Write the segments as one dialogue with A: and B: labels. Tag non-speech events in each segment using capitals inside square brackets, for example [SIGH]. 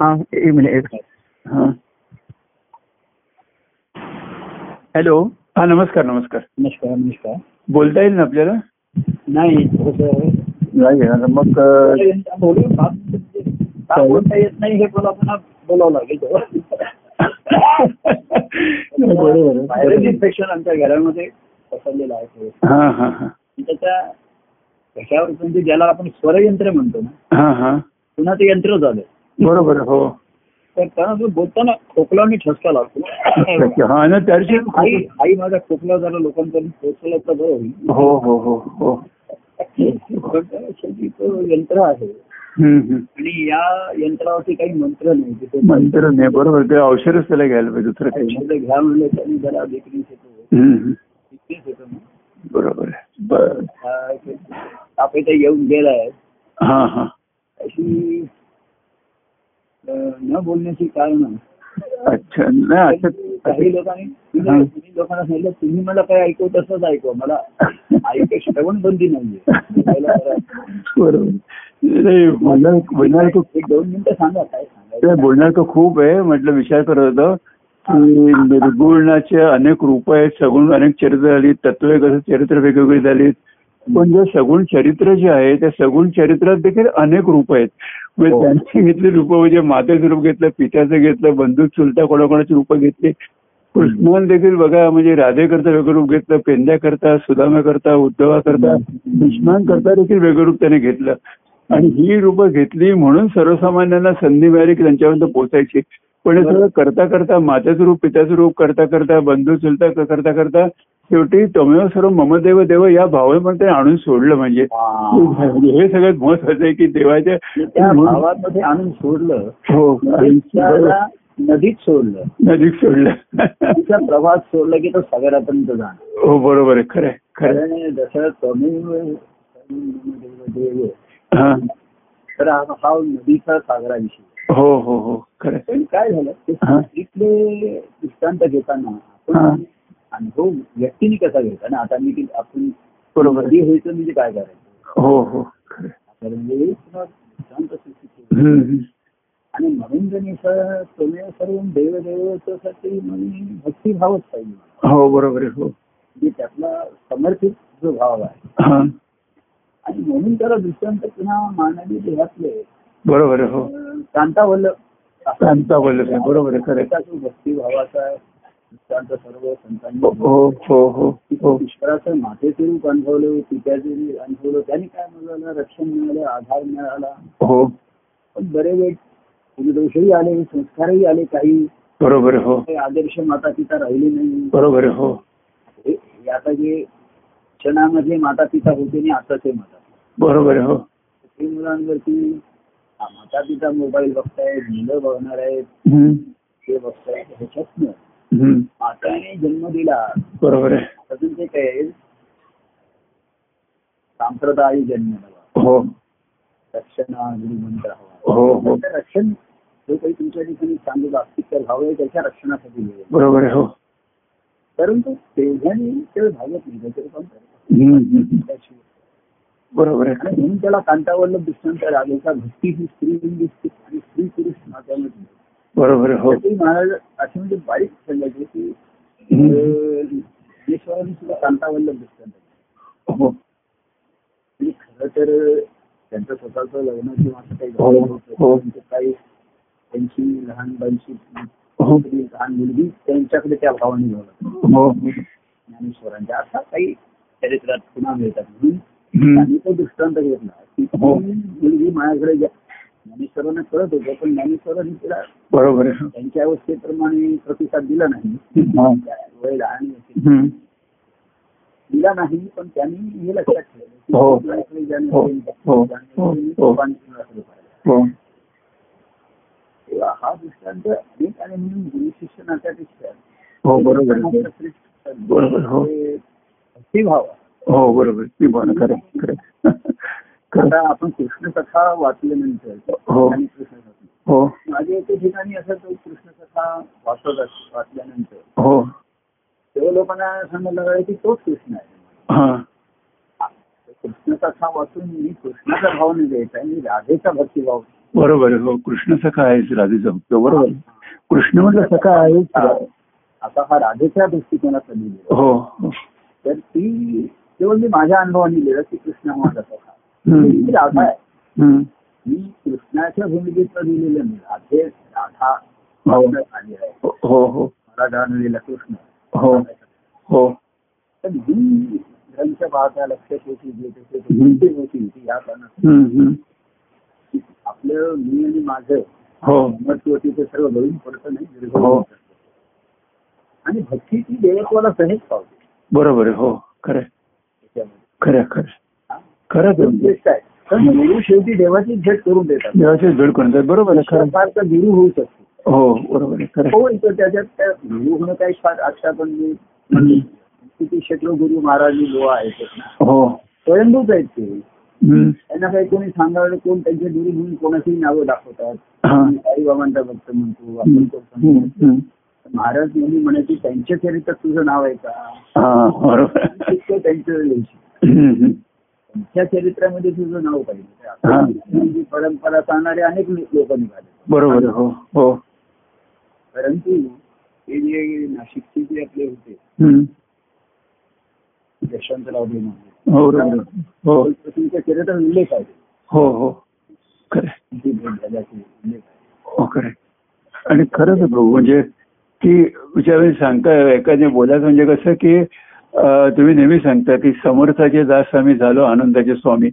A: हा एक मिनिट हा हॅलो
B: हा नमस्कार नमस्कार
A: नमस्कार नमस्कार
B: बोलता येईल ना आपल्याला
A: नाही थोडंसं
B: नाही येणार. मग अ,
A: बोलू का? का बोलता येत नाही हे बोला पुन्हा बोलावं लागेल
B: नाही, बरोबर आहे.
A: व्हायरल इन्फेक्शन आमच्या घरामध्ये पसरलेलं आहे
B: हा हा हा
A: त्याच्या कशावर म्हणजे ज्याला आपण स्वरयंत्र म्हणतो ना
B: हा हा
A: पुन्हा ते यंत्र झालं
B: बरोबर हो
A: तर त्यांना जो बोलताना खोकला आणि ठसका लागतो
B: हा ना त्याची
A: आई आई माझा खोकला झाला लोकांपर्यंत पोहोचला तर बरं होईल
B: हो हो हो हो
A: पण शेवटी तो यंत्र आहे
B: हम्म, हम्म.
A: आणि या यंत्रावरती काही मंत्र नाही तिथे
B: मंत्र नाही बरोबर ते औषधच त्याला घ्यायला पाहिजे दुसरं काही नाही
A: औषधं घ्या म्हणलं तर मी जरा विक्रीस येतो
B: हम्म, हम्म.
A: विक्रीस येतो ना
B: बरोबर आहे बर
A: हा, एक ताप इथे येऊन गेलाय
B: हा हा
A: अशी अं, न बोलण्याची कारण
B: अच्छा नाही अच्छा
A: काही लोकांनी
B: हा.
A: तुम्ही लोकांना सांगितलं तुम्ही मला काय ऐकू तसंच ऐकू मला ऐक श्रवण बंदी नाहीये बोलायला जरा-
B: बरोबर नाही, बोलणार बोलणार तो
A: एक दोन मिनिटं सांगा काय
B: ते
A: सांगायचं
B: बोलणार तर खूप आहे म्हटलं विचार करत होतो की निर्गुणाचे अनेक रूप आहेत सगुण अनेक चरित्र झाली तत्वे कसं चरित्र वेगवेगळी झाली पण जे सगुण चरित्र जे आहे त्या सगुण चरित्रात देखील अनेक रूप आहेत म्हणजे
A: हो.
B: त्यांची घेतली रूप म्हणजे मातेचं रूप घेतलं पित्याचं घेतलं बंधूक चुलता कोणाकोणाची रूपं घेतली कृष्णान देखील बघा म्हणजे राधेकरता वेगळं रूप घेतलं पेंद्या करता सुदामा करता उद्धवा करता कृष्णान करता देखील वेगळं रूप त्याने घेतलं आणि ही रूपं घेतली म्हणून सर्वसामान्यांना संधी मिळाली की त्यांच्यापर्यंत पोहोचायची पण हे सगळं करता करता मातेचं रूप पित्याचं रूप करता करता बंधू चुलता क- करता करता शेवटी तमेव सर्व ममदेव देव या भावामध्ये आणून सोडलं म्हणजे
A: हा.
B: म्हणजे हे सगळ्यात महत्वाचं आहे की देवाच्या
A: त्या भावामध्ये आणून सोडलं
B: हो आणि
A: त्याला नदीत सोडलं
B: नदीत सोडलं
A: तिचा प्रवास सोडला की तो सागरापर्यंत जाणार
B: हो बरोबर आहे खरं आहे, खरं
A: कारण जसं तमेव देव
B: आहे. हा
A: तर हा हा नदीचा सागराविषयी
B: हो हो हो खरं आहे.
A: पण काय झालं ते
B: हा.
A: इथले दृष्टांत घेताना
B: हा.
A: आपण अनुभव व्यक्तीने कसा घ्यायचा ना आता मी की- आपण
B: बरोबर आहे.
A: नदी व्हायचं म्हणजे काय करायचं
B: हो हो खरं आहे.
A: तर म्हणजे पुन्हा दृष्टांत सूचित केलं.
B: हम्म, हम्म.
A: आणि म्हणून जर निसं तुम्ही सर्व देवदेवतेसाठी म्हणून भक्तिभावच पाहिजे
B: हो बरोबर आहे हो
A: म्हणजे त्यातला समर्पित जो भाव आहे
B: हा
A: आणि म्हणून त्याला दृष्टांत पुन्हा मानवी देहातले
B: बरोबर आहे हो
A: कांतावल्लभ
B: कांतावल्लभ आहे, बरोबर आहे, खरं आहे.
A: त्याचा जो भक्तिभावाचा दृष्टांत सर्व संतांनी
B: हो हो हो हो
A: ईश्वराचं मातेचे रूप अनुभवलं पित्याचे रूप अनुभवलं त्याने काय मिळालं रक्षण मिळालं आधार मिळाला
B: हो
A: पण बरे वेळ दोषही आले संस्कारही आले काही
B: बरोबर आहे, हो
A: काही आदर्श माता पिता राहिले नाही
B: बरोबर आहे, हो
A: हे हे आता जे क्षणामध्ये माता पिता होते आणि आताचे माता पिता.
B: बरोबर आहे, हो
A: ते मुलांवरती माता पिता मोबाईल बघतायत मुलं बघणार आहेत
B: हम्म,
A: हे बघतायत ह्याच्यातनं
B: हम्म.
A: माताने जन्म दिला
B: बरोबर आहे
A: अजून ते काय आहे? सांप्रदायी जन्म हवा
B: हो
A: रक्षणा गुरुमंत्र हवा
B: हो हो
A: त्याचं रक्षण जो काही तुमच्या ठिकाणी चांगलं अस्तित्व भाव आहे त्याच्या रक्षणासाठी दिले
B: बरोबर आहे हो
A: परंतु तेव्हाने केवळ भागत नाही त्याचे रूपांतर
B: हम्म, हम्म, हम्म.
A: त्याशिवाय.
B: बरोबर आहे
A: आणि म्हणून त्याला कांतावल्लभ दृष्टांत रागेचा भक्ती ही स्त्रीलिंग दिसते आणि स्त्री पुरुष नात्यामध्ये
B: बरोबर आहे हो
A: त्यातही महाराज असे म्हणजे बारीक सांगायचे की
B: हम्म.
A: अं, ज्ञानेश्वरांनी सुद्धा कांतावल्लभ दृष्टांत दिले.
B: हो
A: आणि म्हणजे खरं तर त्यांचं स्वतःचं लग्न किंवा असं काही
B: हो,
A: झालं नव्हतं.
B: हो.
A: त्यांचं काही त्यांची लहान बांची
B: हो
A: लहान मुलगी त्यांच्याकडे त्या भावाने झालं
B: हो
A: ज्ञानेश्वरांच्या असा काही चरित्रात पुन्हा मिळतात म्हणून
B: हम्म.
A: त्यांनी तो दृष्टांत घेतला की ती
B: हो.
A: मुलगी माझ्याकडे ज्या- ज्ञानेश्वरांना कळत होतं पण ज्ञानेश्वरांनी तिला
B: बरोबर आहे
A: त्यांच्या अवस्थेप्रमाणे प्रतिसाद दिला नाही
B: हो. हा.
A: त्या वय लहान होती.
B: हम्म.
A: दिला नाही पण त्यांनी हे लक्षात ठेवलं की
B: हो.
A: आपल्याकडे ज्याने
B: हो.
A: प्रेम
B: हो.
A: केलं, ज्याने
B: हो. हो.
A: लोकांनी वासरू पाहिलं.
B: हो
A: तेव्हा हा दृष्टांत अनेक आणि म्हणून गुरु शिष्य नात्यापेक्षा
B: हो बरोबर आहे बरोबर, हो.
A: भाव
B: हो बरोबर ती बरं खरं आहे, खरं आहे. खरं
A: आता आपण कृष्ण कथा वाचल्यानंतर
B: हो.
A: आणि कृष्ण कथा
B: [LAUGHS] हो
A: माझ्या एके ठिकाणी असं तो कृष्ण कथा वाचत अस- वाचल्यानंतर
B: हो
A: तेव्हा लोकांना सांगायला लागलं की तोच कृष्ण आहे
B: हा
A: कृष्ण कथा वाचून मी कृष्णाचा भाव नाही द्यायचा मी राधेचा भक्तिभाव
B: बरोबर आहे. हो कृष्ण सखा आहेस राधेचा भक्त बरोबर कृष्ण म्हटलं सखा आहेस रा-
A: आता हा राधेच्या दृष्टिकोनात लिहिलेला
B: हो हो.
A: तर ती केवळ मी माझ्या अनुभवाने लिहिलं की कृष्ण हा माझा सखा मी
B: हम्म.
A: राधा आहे
B: हम्म.
A: मी कृष्णाच्या भूमिकेतलं लिहिलेलं मी राधे राधा
B: हो.
A: आली आहे
B: हो हो
A: मला जाणलेला कृष्ण
B: हो हो
A: तर ही ग्रंथ पाहता लक्षात होती जे त्याचे
B: हम्म.
A: ते होती ती या कारणात
B: हम्म, हम्म.
A: आपलं मी आणि माझं
B: हो
A: समर्थ होती ते सर्व गळून पडतं नाही विरघळून
B: हो.
A: पडतं. आणि भक्ती ती देवत्वाला सहज पावते
B: बरोबर आहे हो खरं आहे.
A: त्याच्यामध्ये
B: खरं आहे, खरं आहे.
A: हा?
B: खरं आहे म्हणजे.
A: दोन
B: तुमचं.
A: गोष्ट आहे पण गुरु शेवटी देवाची भेट करून देतात
B: देवाचीच भेट करून जात बरोबर आहे खरं आहे.
A: फारसा गुरु होऊ शकतो
B: हो बरोबर आहे खरं आहे.
A: हो इथं त्याच्यात त्या गुरु होणं काही फार आजच्या पण मी
B: हम्म.
A: किती शेकडो गुरु महाराज लोहा आहेत ना
B: हो
A: स्वयंभूच आहेत ते
B: हम्म.
A: त्यांना काही कोणी सांगावं कोण त्यांचे गुरु म्हणून कोणाचीही नावं दाखवतात
B: हा.
A: कोणी साईबाबांचा भक्त म्हणतो आपण
B: हम्म.
A: कोण
B: हम्म.
A: म्हणतो.
B: हम्म.
A: महाराज नेहमी म्हणायचे त्यांच्या चरित्रात तुझं नाव आहे का
B: हा बरोबर आहे.
A: इतकं त्यांचं लिहायची
B: हम्म, हम्म.
A: त्यांच्या चरित्रामध्ये तुझं नाव पाहिजे
B: हा.
A: आता ही परंपरा सांगणारे अनेक लोक निघाले
B: बरोबर आहे. हो हो
A: परंतु हे जे नाशिकचे जे आपले होते
B: हम्म.
A: यशवंतराव देशमुख
B: हो बरोबर आहे. हो
A: तुमच्या चरित्रात उल्लेख आहे
B: हो हो खरं आहे.
A: जी भेट झाल्याची उल्लेख आहे
B: हो खरं आहे. आणि खरंच आहे प्रभू म्हणजे की ज्यावेळी सांगता एखाद्या बोलायचं म्हणजे कसं की अं, तुम्ही नेहमी सांगता की समर्थाचे दास आम्ही झालो आनंदाचे स्वामी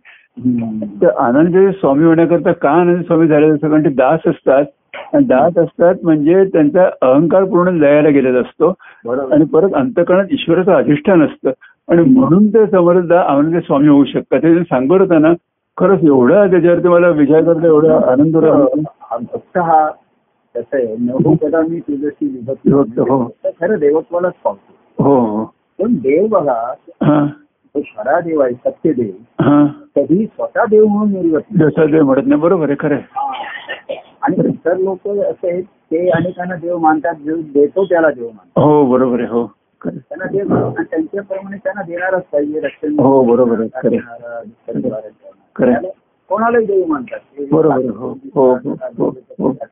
B: तर आनंदाचे स्वामी होण्याकरता का आनंद स्वामी झाले असतं कारण ते दास असतात आणि दास असतात म्हणजे त्यांचा अहंकार पूर्ण लयाला गेलेला असतो
A: बरोबर
B: आणि परत अंतकरणात ईश्वराचं अधिष्ठान असतं आणि म्हणून ते समर्थ आनंद स्वामी होऊ शकतात ते सांगत होताना खरंच एवढा त्याच्यावरती मला विचार करता एवढा आनंद होता.
A: हा भक्त हा कसं आहे नवो कदा मी तुझ्याशी विभक्त
B: विभक्त, हो.
A: तर खरं देवत्वालाच पावतो
B: हो हो
A: पण देव बघा
B: हा
A: तो खरा देव आहे सत्य देव
B: हा
A: कधी स्वतः देव म्हणून निर्गत नाही.
B: जसा देव म्हणत नाही बरोबर आहे खरं आहे.
A: आणि इतर लोक असे आहेत ते अनेकांना देव मानतात देव देतो त्याला देव मानतात
B: हो बरोबर आहे हो खरं आहे.
A: त्यांना देव आणि त्यांच्याप्रमाणे त्यांना देणारच पाहिजे रक्षण
B: हो, बरोबर आहे. खरं.
A: करणारा, दुष्कर्म करणारा.
B: खरं.
A: त्याला कोणालाही देव मानतात ते
B: बरोबर आहे. हो, हो, हो, हो, हो.
A: कोणी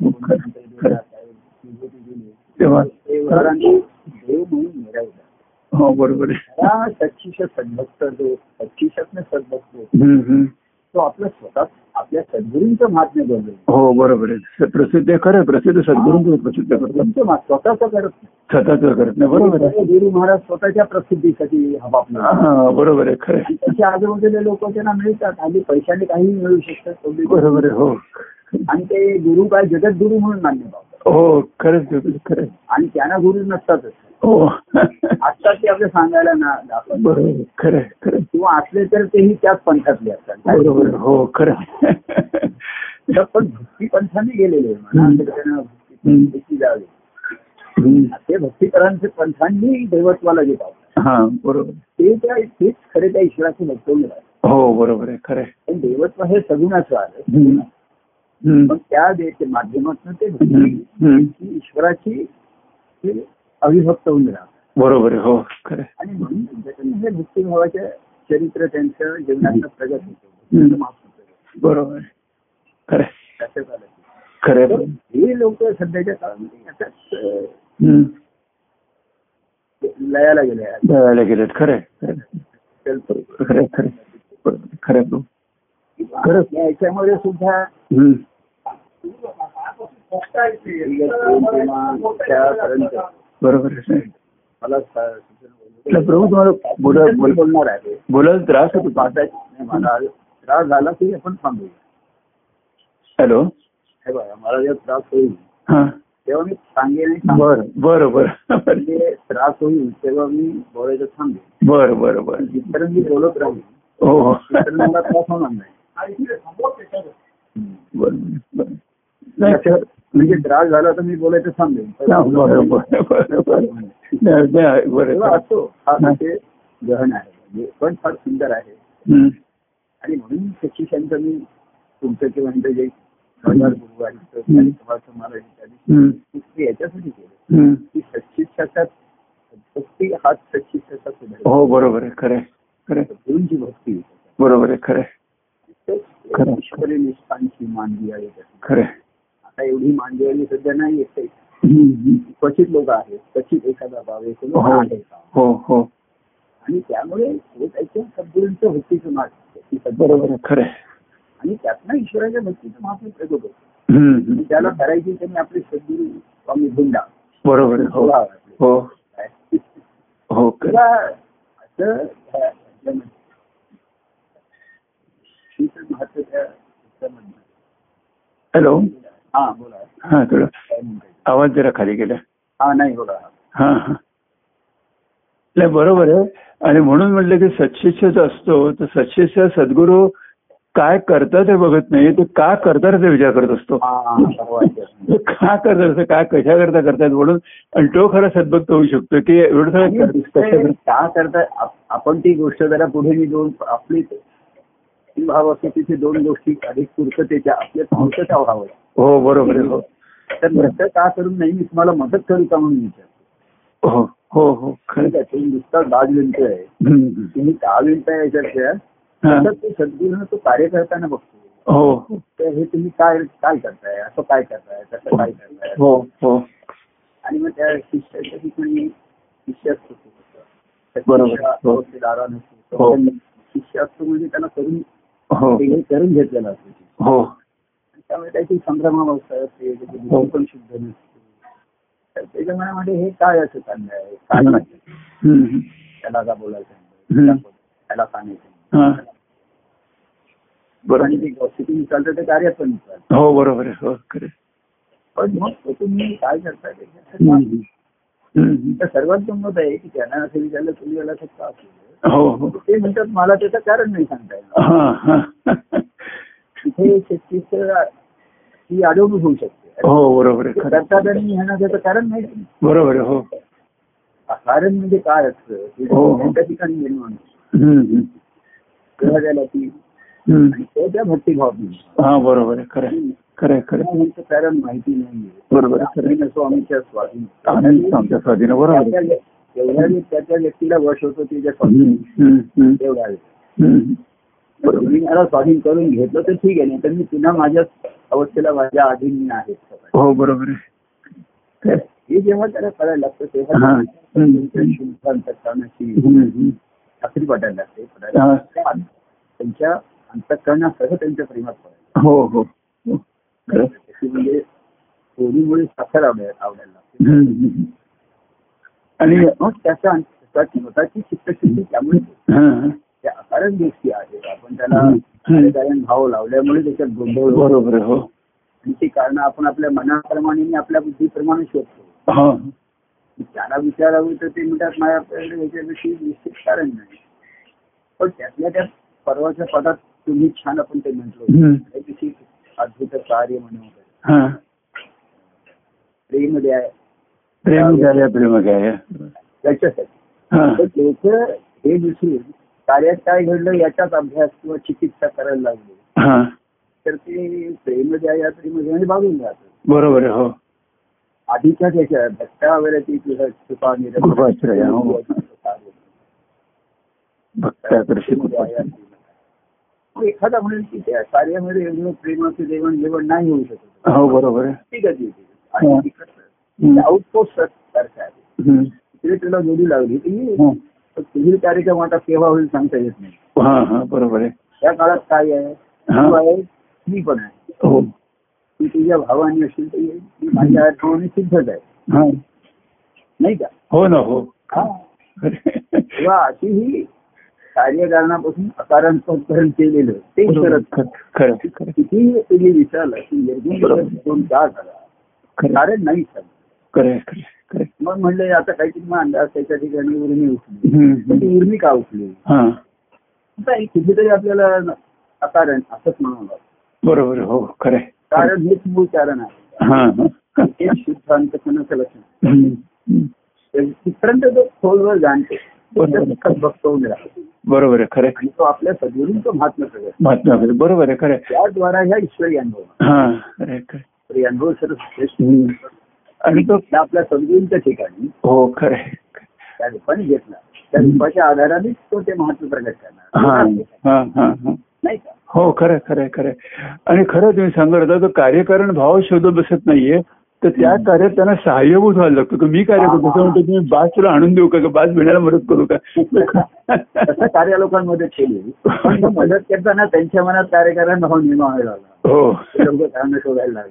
A: म्हणतं देव
B: खरं.
A: आहे, तिघे तिघे देव.
B: तेव्हा
A: ते वरांनी देव म्हणून मिळवला
B: हो बरोबर आहे
A: हा सच्चिश सद्भक्त जो सच्चिशातनं सद्भक्त होतो,
B: हम्म, हम्म.
A: तो आपलं स्वतः आपल्या सद्गुरूंचं महात्म्य बनवलं
B: हो बरोबर आहे प्रसिद्ध आहे, खरं आहे. प्रसिद्ध सद्गुरूंचं प्रसिद्ध करतात
A: सद्गुरूंचं महा- स्वतःचं करत नाही
B: स्वतःच करत नाही बरोबर आहे
A: सगळे गुरु महाराज स्वतःच्या प्रसिद्धीसाठी हवापणार
B: हा बरोबर आहे खरं आहे.
A: आणि त्याच्या आजूबाजूला लोक त्यांना मिळतात आणि पैशाने काही मिळू शकतात public.
B: बरोबर आहे हो
A: आणि ते गुरु काय जगत गुरु म्हणून मान्य पावतात
B: हो खरंच आहे, खरं आहे.
A: आणि त्यांना गुरु नसतातच
B: हो
A: आत्ता ते आपल्या सांगायला ना दाखवतात.
B: बरोबर आहे, खरं आहे, खरं आहे.
A: किंवा असले तर तेही त्याच पंथातले असतात
B: बरोबर आहे, हो खरं आहे.
A: तर पण भक्ती पंथाने गेलेले आहे म्हणा.
B: हम्म.
A: तर त्यांना भक्ती-
B: हम्म.
A: भक्ती जावी.
B: हम्म.
A: ते भक्तीपरांचे पंथांनी दैवत्वाला जे पावतात
B: हा बरोबर आहे.
A: ते त्या तेच खरे त्या ईश्वराचे भक्तवले आहे
B: हो बरोबर आहे खरं आहे.
A: पण दैवत्व हे सगुणाचं
B: हम्म.
A: आलं
B: हम्म.
A: पण त्या दे- माध्यमातून ते भक्ती
B: हम्म. हम्म.
A: की ईश्वराची ते अविभक्त होऊन राहतात
B: बरोबर आहे हो खरं आहे.
A: आणि म्हणून त्याच्यामुळे हे भक्तिभावाचे चरित्र त्यांच्या जीवनाचा प्रगत
B: हम्म.
A: होतो माफ होतं.
B: बरोबर आहे. खरं आहे.
A: त्याचं झालं.
B: खरं आहे.
A: तर हे लोक सध्याच्या काळामध्ये याच्याच अं,
B: हम्म.
A: लयाला गेले आहेत.
B: दळायला गेलेत खरं आहे. खरं आहे.
A: तर तो
B: खरं आहे, खरं आहे. बरोबर आहे. खरं आहे, प्रभू.
A: किंवा
B: खरंच.
A: या याच्यामध्ये सुद्धा
B: हम्म.
A: त्यापर्यंत
B: बरोबर आहे साहेब.
A: मला सा- सूचना
B: म्हटलं, प्रभू तुम्हाला बोला
A: मी
B: बोला-
A: बोलणार आहे
B: बोलायला त्रास होतो का?
A: माझा नाही, मला त्रास झाला की आपण थांबूया
B: हॅलो
A: हे बघा मला जेव्हा त्रास होईल
B: हा
A: तेव्हा मी सांगेन आणि सांगेन.
B: बरं बरं बरं बरं
A: म्हणजे त्रास होईल तेव्हा मी बोलायचं थांबेन
B: बरं बरं बरं
A: जिथपर्यंत मी बोलत राहील
B: हो हो
A: तिथपर्यंत मला त्रास होणार नाही हम्म.
B: बरं बरं नाही
A: त्याच्यात म्हणजे त्रास झाला तर मी बोलायचं थांबेन
B: बरं बरं बरं बरं नाही, नाही, बरं
A: तेव्हा
B: बरं
A: असतो हा म्हणजे गहन आहे म्हणजे पण फार सुंदर आहे
B: हम्म.
A: आणि म्हणून शिक्षिकांचं मी तुमचं किंवा यांचं जे गणधार गुरु आहे तर
B: हम्म.
A: तेव्हा तुम्हाला त्या दिवशी
B: हम्म.
A: मी याच्यासाठी केलं
B: हम्म.
A: की सच्चिक्षाचा भक्ती हाच सच्चिक्षाचा सुधार
B: हो बरोबर आहे खरं आहे, खरं आहे.
A: गुरूंची भक्ती
B: बरोबर आहे खरं आहे.
A: तर
B: खरं.
A: ईश्वरी निष्ठांची मांडवी आहे त्याची.
B: खरं
A: आता एवढी मांडवी आली सध्या नाही येते क्वचित लोक आहेत क्वचित एखादा भाव आहे कोणी
B: हो.
A: आठ एका.
B: हो हो
A: आणि त्यामुळे हे त्याच्या सद्गुरूंचं भक्तीचं मार्ग आहे. ती सद्गुरू.
B: बरोबर आहे, खरं आहे.
A: आणि त्यातनं ईश्वराच्या भक्तीचं महात्म्य प्रगट होतं
B: हम्म,
A: आणि
B: हम्म.
A: त्याला करायची त्यांनी आपले सद्गुरू स्वामी धुंडा
B: बरोबर आहे, हो हो हो खरं
A: किंवा असं ह्या ह्याच्यामध्ये भक्तीचं महत्त्व त्या ह्याच्यामधनं.
B: हॅलो
A: हा बोला
B: हा थोडा
A: काय म्हणताय?
B: आवाज जरा खाली गेला
A: हा नाही हो बोला
B: हा हा नाही बरोबर आहे आणि म्हणून म्हटलं की सच्शिष्य जो असतो तर सच्शिष्य सद्गुरू काय करतात हे बघत नाही तो का करतात याचा विचार करत असतो
A: हा परवानगी असणं.
B: तो का करतात असं काय कशा करता करतात म्हणून आणि तो खरा सद्भक्त होऊ शकतो की एवढं
A: आणि
B: सगळं
A: दुसरं
B: कष्ट
A: एक
B: करत-
A: का करता आप- आपण ती गोष्ट जरा पुढे निघून आपली तीन भाव असतो तिथे दोन गोष्टी अधिक पूर्ततेच्या आपल्या पूर्तता व्हावं
B: हो बरोबर आहे, हो
A: तर नंतर का करून नाही मी तुम्हाला मदत करू का म्हणून विचार
B: हो हो हो खरं
A: ठीक आहे तुम्ही नुसता दाद विणतोय
B: हम्म, हम्म.
A: तुम्ही का विणताय याच्यापेक्षा
B: हा.
A: तर तो सद्गुरूनं तो कार्य करताना बघतो
B: हो हो
A: तर हे तुम्ही काय काय करताय असं काय करताय तसं काय करताय
B: हो हो
A: आणि मग त्या शिष्याच्या ठिकाणी शिष्य असतो तो. त्या
B: बरोबर.
A: शिष्याला
B: हो.
A: वकिलाला नसतो.
B: हो.
A: पण शिष्य असतो म्हणजे त्याला करून
B: हो
A: ते करून घेतलेला असतो
B: हो
A: आणि त्यामुळे त्याची संभ्रमावस्था असते त्याची बुद्धी पण शुद्ध नसते तर त्याच्या मनामध्ये हे काय असं चाललंय आहे काय
B: हम्म.
A: नाही?
B: हम्म, हम्म.
A: त्याला का बोलायचं नाही?
B: हम्म.
A: त्याला बोल- त्याला का नाही सांगितलं?
B: हा.
A: आणि
B: बरोबर
A: ते गॉसिपिंग चालतं ते कार्यात पण चालतं
B: हो बरोबर आहे, हो खरं आहे.
A: पण मग ते तुम्ही काय करताय त्याच्यासाठी
B: हम्म, हम्म. हम्म,
A: तर सर्वात गंमत आहे की त्यांना असं विचारलं तुम्ही याला असं का केलं?
B: हम्म. हो हो
A: तर ते म्हणतात मला त्याचं कारण नाही सांगता येणार
B: हा, हा.
A: तिथे शेतीचं ही अडवणूक होऊ शकते
B: हो बरोबर आहे खरं
A: करतात आणि ह्यांना त्याचं कारण नाही
B: बरोबर आहे हो
A: कारण म्हणजे काय असतं ते
B: हो, हो.
A: त्यांच्या ठिकाणी निर्माण होतं.
B: हम्म, हम्म.
A: तेव्हा त्याला ती
B: हम्म.
A: ते त्या भक्तीभाव निर्माण.
B: हा बरोबर आहे खरं आहे. खरं आहे, खरं आहे.
A: त्यांना ह्यांचं कारण माहिती नाहीये
B: बरोबर आहे, खरं
A: आम्ही नसो आमच्या स्वाधीन
B: आम्ही आमच्या स्वाधीन आहे, बरोबर आहे.
A: त्या- त्या- जेवढ्या वेळ त्या त्या व्यक्तीला वश होतो ते ज्या स्वाधीन
B: हम्म, हम्म, हम्म.
A: तेवढ्या वेळ
B: हम्म. बरोबर
A: मी मला स्वाधीन करून घेतलं तर ठीक आहे नाही तर मी पुन्हा माझ्या अवस्थेला माझ्या अधीन मी आहे
B: हो बरोबर आहे खरं आहे.
A: हे जेव्हा त्याला करायला लागतं
B: हा.
A: तेव्हा
B: हम्म.
A: अंतकरणाची
B: हम्म, हम्म.
A: खात्री पटायला लागते
B: हा.
A: पटायला त्या अं- त्यांच्या अंतकरणासह त्यांच्या प्रेमात पडायला
B: हो हो हो. खरं आहे.
A: लागते. ती म्हणजे होलीमुळे साखर आवडायला आवडायला लागते
B: हम्म, हम्म. आणि
A: मग त्याचा अंत- स्वतःची स्वतःची चित्तशुद्धी त्यामुळे होते.
B: हा, हा.
A: त्या अकारण गोष्टी आहेत आपण त्याला
B: हम्म. हम्म.
A: कारण भाव लावल्यामुळे त्याच्यात गोंधळ होतो.
B: बरोबर आहे, हो
A: आणि ती कारण आपण आपल्या मनाप्रमाणे आणि आपल्या बुद्धीप्रमाणे शोधतो
B: हा
A: त्याला विचारावं तर ते म्हणतात माझ्याकडे याच्याविषयी निश्चित कारण नाही पण त्यातल्या त्या परवाच्या पदात तुम्ही छान आपण ते म्हटलो
B: हम्म.
A: त्याविषयी अद्भुत कार्य म्हणून
B: हा
A: प्रेम द्या
B: प्रेम झाल्या प्रेम काय
A: त्याच्यासाठी
B: हा
A: तर लोक हे विसरून कार्यात काय घडलं याचाच अभ्यास किंवा चिकित्सा करायला लागले
B: हा
A: तर ते प्रेम द्या या प्रेम द्या आणि बागून राहतं
B: बरोबर आहे, हो
A: आधीच्या त्याच्या भक्तावर ती तुझा कृपा निरंतर.
B: कृपाश्रय, हो. भक्ताकडे कृपा
A: मग एखादा म्हणेल की त्या कार्यामध्ये एवढं प्रेमाचं जेवण जेवण नाही होऊ शकत
B: हो बरोबर आहे
A: ठीक आहे ठीक आहे. आणि
B: हा.
A: तिकडचं
B: हो. हम्म.
A: आउटपोस्ट सारखं आहे
B: हम्म. हो,
A: तिकडे तुला जोडी लागली ती
B: हा.
A: पुढील कार्यक्रम आता केव्हा होईल सांगता येत नाही
B: हा हा बरोबर आहे
A: त्या काळात काय आहे
B: हा.
A: तू आहे मी पण आहे
B: हो
A: तू तुझ्या भावाने असेल तर ये. मी माझ्या अर्थाने सिद्धच आहे
B: हा
A: नाही का
B: हो ना हो
A: हा
B: खरं
A: तेव्हा अशी ही कार्यकारणापासून अकारण संस्करण केलेलं ते करत
B: खरं खरं
A: किती तुम्ही विचारलं की निर्गुण दोन का झाला
B: खरं
A: कारण नाही झालं
B: खरं खरं खरं
A: मग म्हणलं आता काहीतरी मग अंदाज त्याच्या ठिकाणी उर्मी उठली
B: हम्म,
A: पण ती
B: हम्म.
A: उर्मी का उठली
B: हा
A: नाही, कुठेतरी आपल्याला न- अकारण असंच म्हणावं लागतं.
B: बरोबर हो खरं आहे.
A: कारण हेच मूळ कारण आहे
B: हा हा
A: हे शुद्धांतपणाचं लक्षण
B: हम्म, हम्म.
A: तर तिथपर्यंत जो खोलवर जाणतो तो
B: बरोबर.
A: त्याचं भक्त होऊन राहतो
B: बरोबर आहे खरं आहे.
A: आणि तो आपल्या सद्गुरूंचं महात्मा प्रगट
B: महात्मा फुले. बरोबर आहे खरं आहे.
A: त्याद्वारा ह्या ईश्वरी अनुभव
B: हा खरं आहे, खरं आहे.
A: ईश्वरी अनुभव सर्व श्रेष्ठ
B: हम्म. आणि तो
A: त्या आपल्या सद्गुरूंच्या ठिकाणी
B: हो खरं आहे.
A: त्या रूपाने घेतला त्या रूपाच्या आधारानेच तो ते महत्व प्रगट
B: हा
A: करणार
B: हा हा हा
A: नाही का
B: हो खरं खरं खरं आणि खरं तुम्ही सांगत होता तो कार्यकारण भाव शोधत बसत नाहीये तर त्या
A: हम्म.
B: कार्यात त्यांना सहाय्यभूत व्हायला लागतो की मी कार्य करतो
A: हा,
B: तो
A: हा.
B: म्हणतो तुम्ही बास तुला आणून देऊ का का बास मिळायला मदत करू
A: तसं
B: का
A: कार्य लोकांना मदत केली पण तो मदत करताना त्यांच्या मनात कार्यकारण भाव निर्माण व्हायला लागला
B: हो
A: ते लोक कारण शोधायला
B: हो.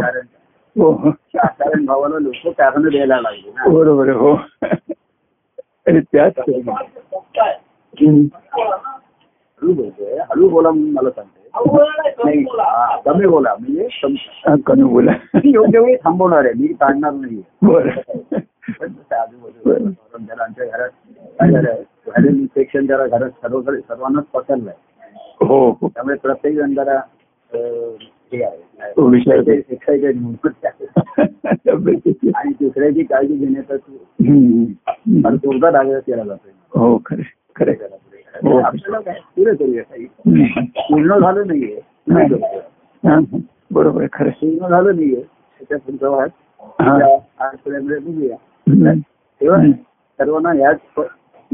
A: लागले कारण
B: हो
A: कारण भावाला लोक कारण द्यायला लागले ना
B: बरोबर आहे, हो आणि त्याच
A: हळू बोलतोय हळू बोला म्हणून मला सांगते नाही हा, कमी बोला म्हणजे सम-
B: हा, कमी बोला
A: मी योग्य वेळी थांबवणार आहे मी काढणार नाही
B: बरं
A: पण ते आजूबाजूला वातावरण झालं. आमच्या घरात काय झालं व्हायरल इन्फेक्शन जरा घरात सर्व सर्वांनाच पसरलंय
B: हो हो
A: त्यामुळे प्रत्येक जण जरा अं, हे आहे
B: तो विषय आहे.
A: एक्सायटेड म्हणून
B: तब्येतीची.
A: आणि दुसऱ्याची काळजी घेण्याचा तो-
B: हम्म,
A: फार
B: हम्म.
A: जोरदार आग्रह केला जातोय
B: हो खरे खरे हो.
A: आपल्याला काय पुरे करूया काही
B: हम्म.
A: पूर्ण झालं नाहीये पुरे करूया.
B: हा, बरोबर आहे खरं
A: पूर्ण झालं नाहीये त्याच्या पुढचा भाग
B: हा.
A: त्या आठवड्यामध्ये बघूया
B: हम्म.
A: तेव्हा
B: हम्म.
A: सर्वांना याच प-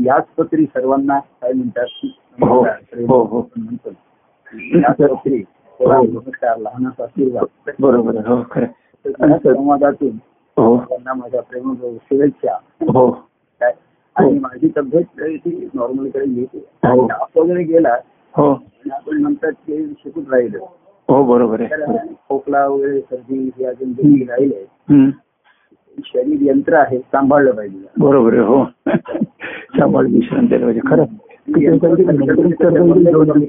A: याच पत्री सर्वांना काय म्हणतात
B: हो.
A: प्रेम
B: हो, हो.
A: म्हणतो. याच पत्री तेव्हा नमस्कार लहानाचा आशीर्वाद
B: बरोबर आहे. हो खरं
A: या संवादातून
B: हो
A: त्यांना माझ्या प्रेम शुभेच्छा
B: हो
A: काय आणि माझी तब्येत ती नॉर्मलकडे येते
B: हो.
A: आणि ताप वगैरे गेला
B: हो
A: आणि आपण म्हणतात ते शिकून राहिलं
B: हो बरोबर आहे
A: तर खोकला वगैरे सर्दी हे अजून जे राहिले
B: हम्म.
A: शरीर यंत्र आहे सांभाळलं पाहिजे
B: बरोबर आहे हो सांभाळ मिश्रण दिलं पाहिजे म्हणजे खरं दोन-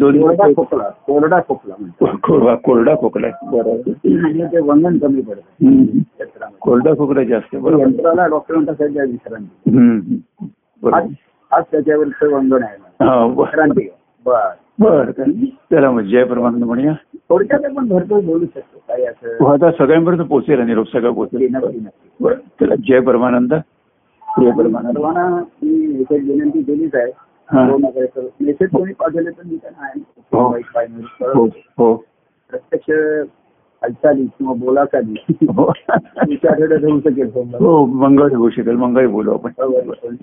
B: दोन
A: कोरडा खोकला कोरडा खोकला म्हणतात
B: कोरडा कोरडा खोकला आहे. बरोबर
A: आणि ते वंगण कमी पडतं
B: हम्म.
A: क्षेत्रामध्ये
B: कोरडा खोकला जास्त आहे. बरोबर
A: यंत्राला डॉक्टरांचा सध्या विश्रांती
B: हम्म. बरोबर
A: आज आज त्याच्यावरचं वंगण आहे माझं.
B: हा, ब-
A: विश्रांती बर
B: बरं चला मग जय परमानंद म्हणूया
A: थोडक्यात आपण भरपूर बोलू शकतो काही असं
B: हो, आता सगळ्यांपर्यंत पोहोचेल हा निरोप सगळं
A: नक्की
B: पोहोचेल
A: नक्की नक्की
B: बरं चला जय परमानंद हो. जय परमानंद
A: सर्वांना मी एक विनंती केलीच आहे
B: हा.
A: कोण वगैरे तर मेसेज कोणी पाठवले तर मी त्यांना आहे.
B: हो.
A: वाईट पाय नाही.
B: हो
A: परत
B: हो
A: प्रत्यक्ष हालचाली किंवा बोलाचाली
B: हो
A: विचारलेलं जाऊ शकेल समजा.
B: हो मंगळ होऊ शकेल मंगळ बोलू आपण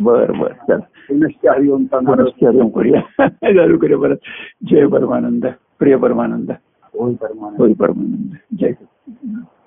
B: बर बर चला
A: पुनश्च हरिओमचा नारद
B: पुनश्च आरंभ करूया [LAUGHS] चालू करूया परत जय परमानंद प्रिय परमानंद
A: होई परमानंद
B: होय परमानंद जय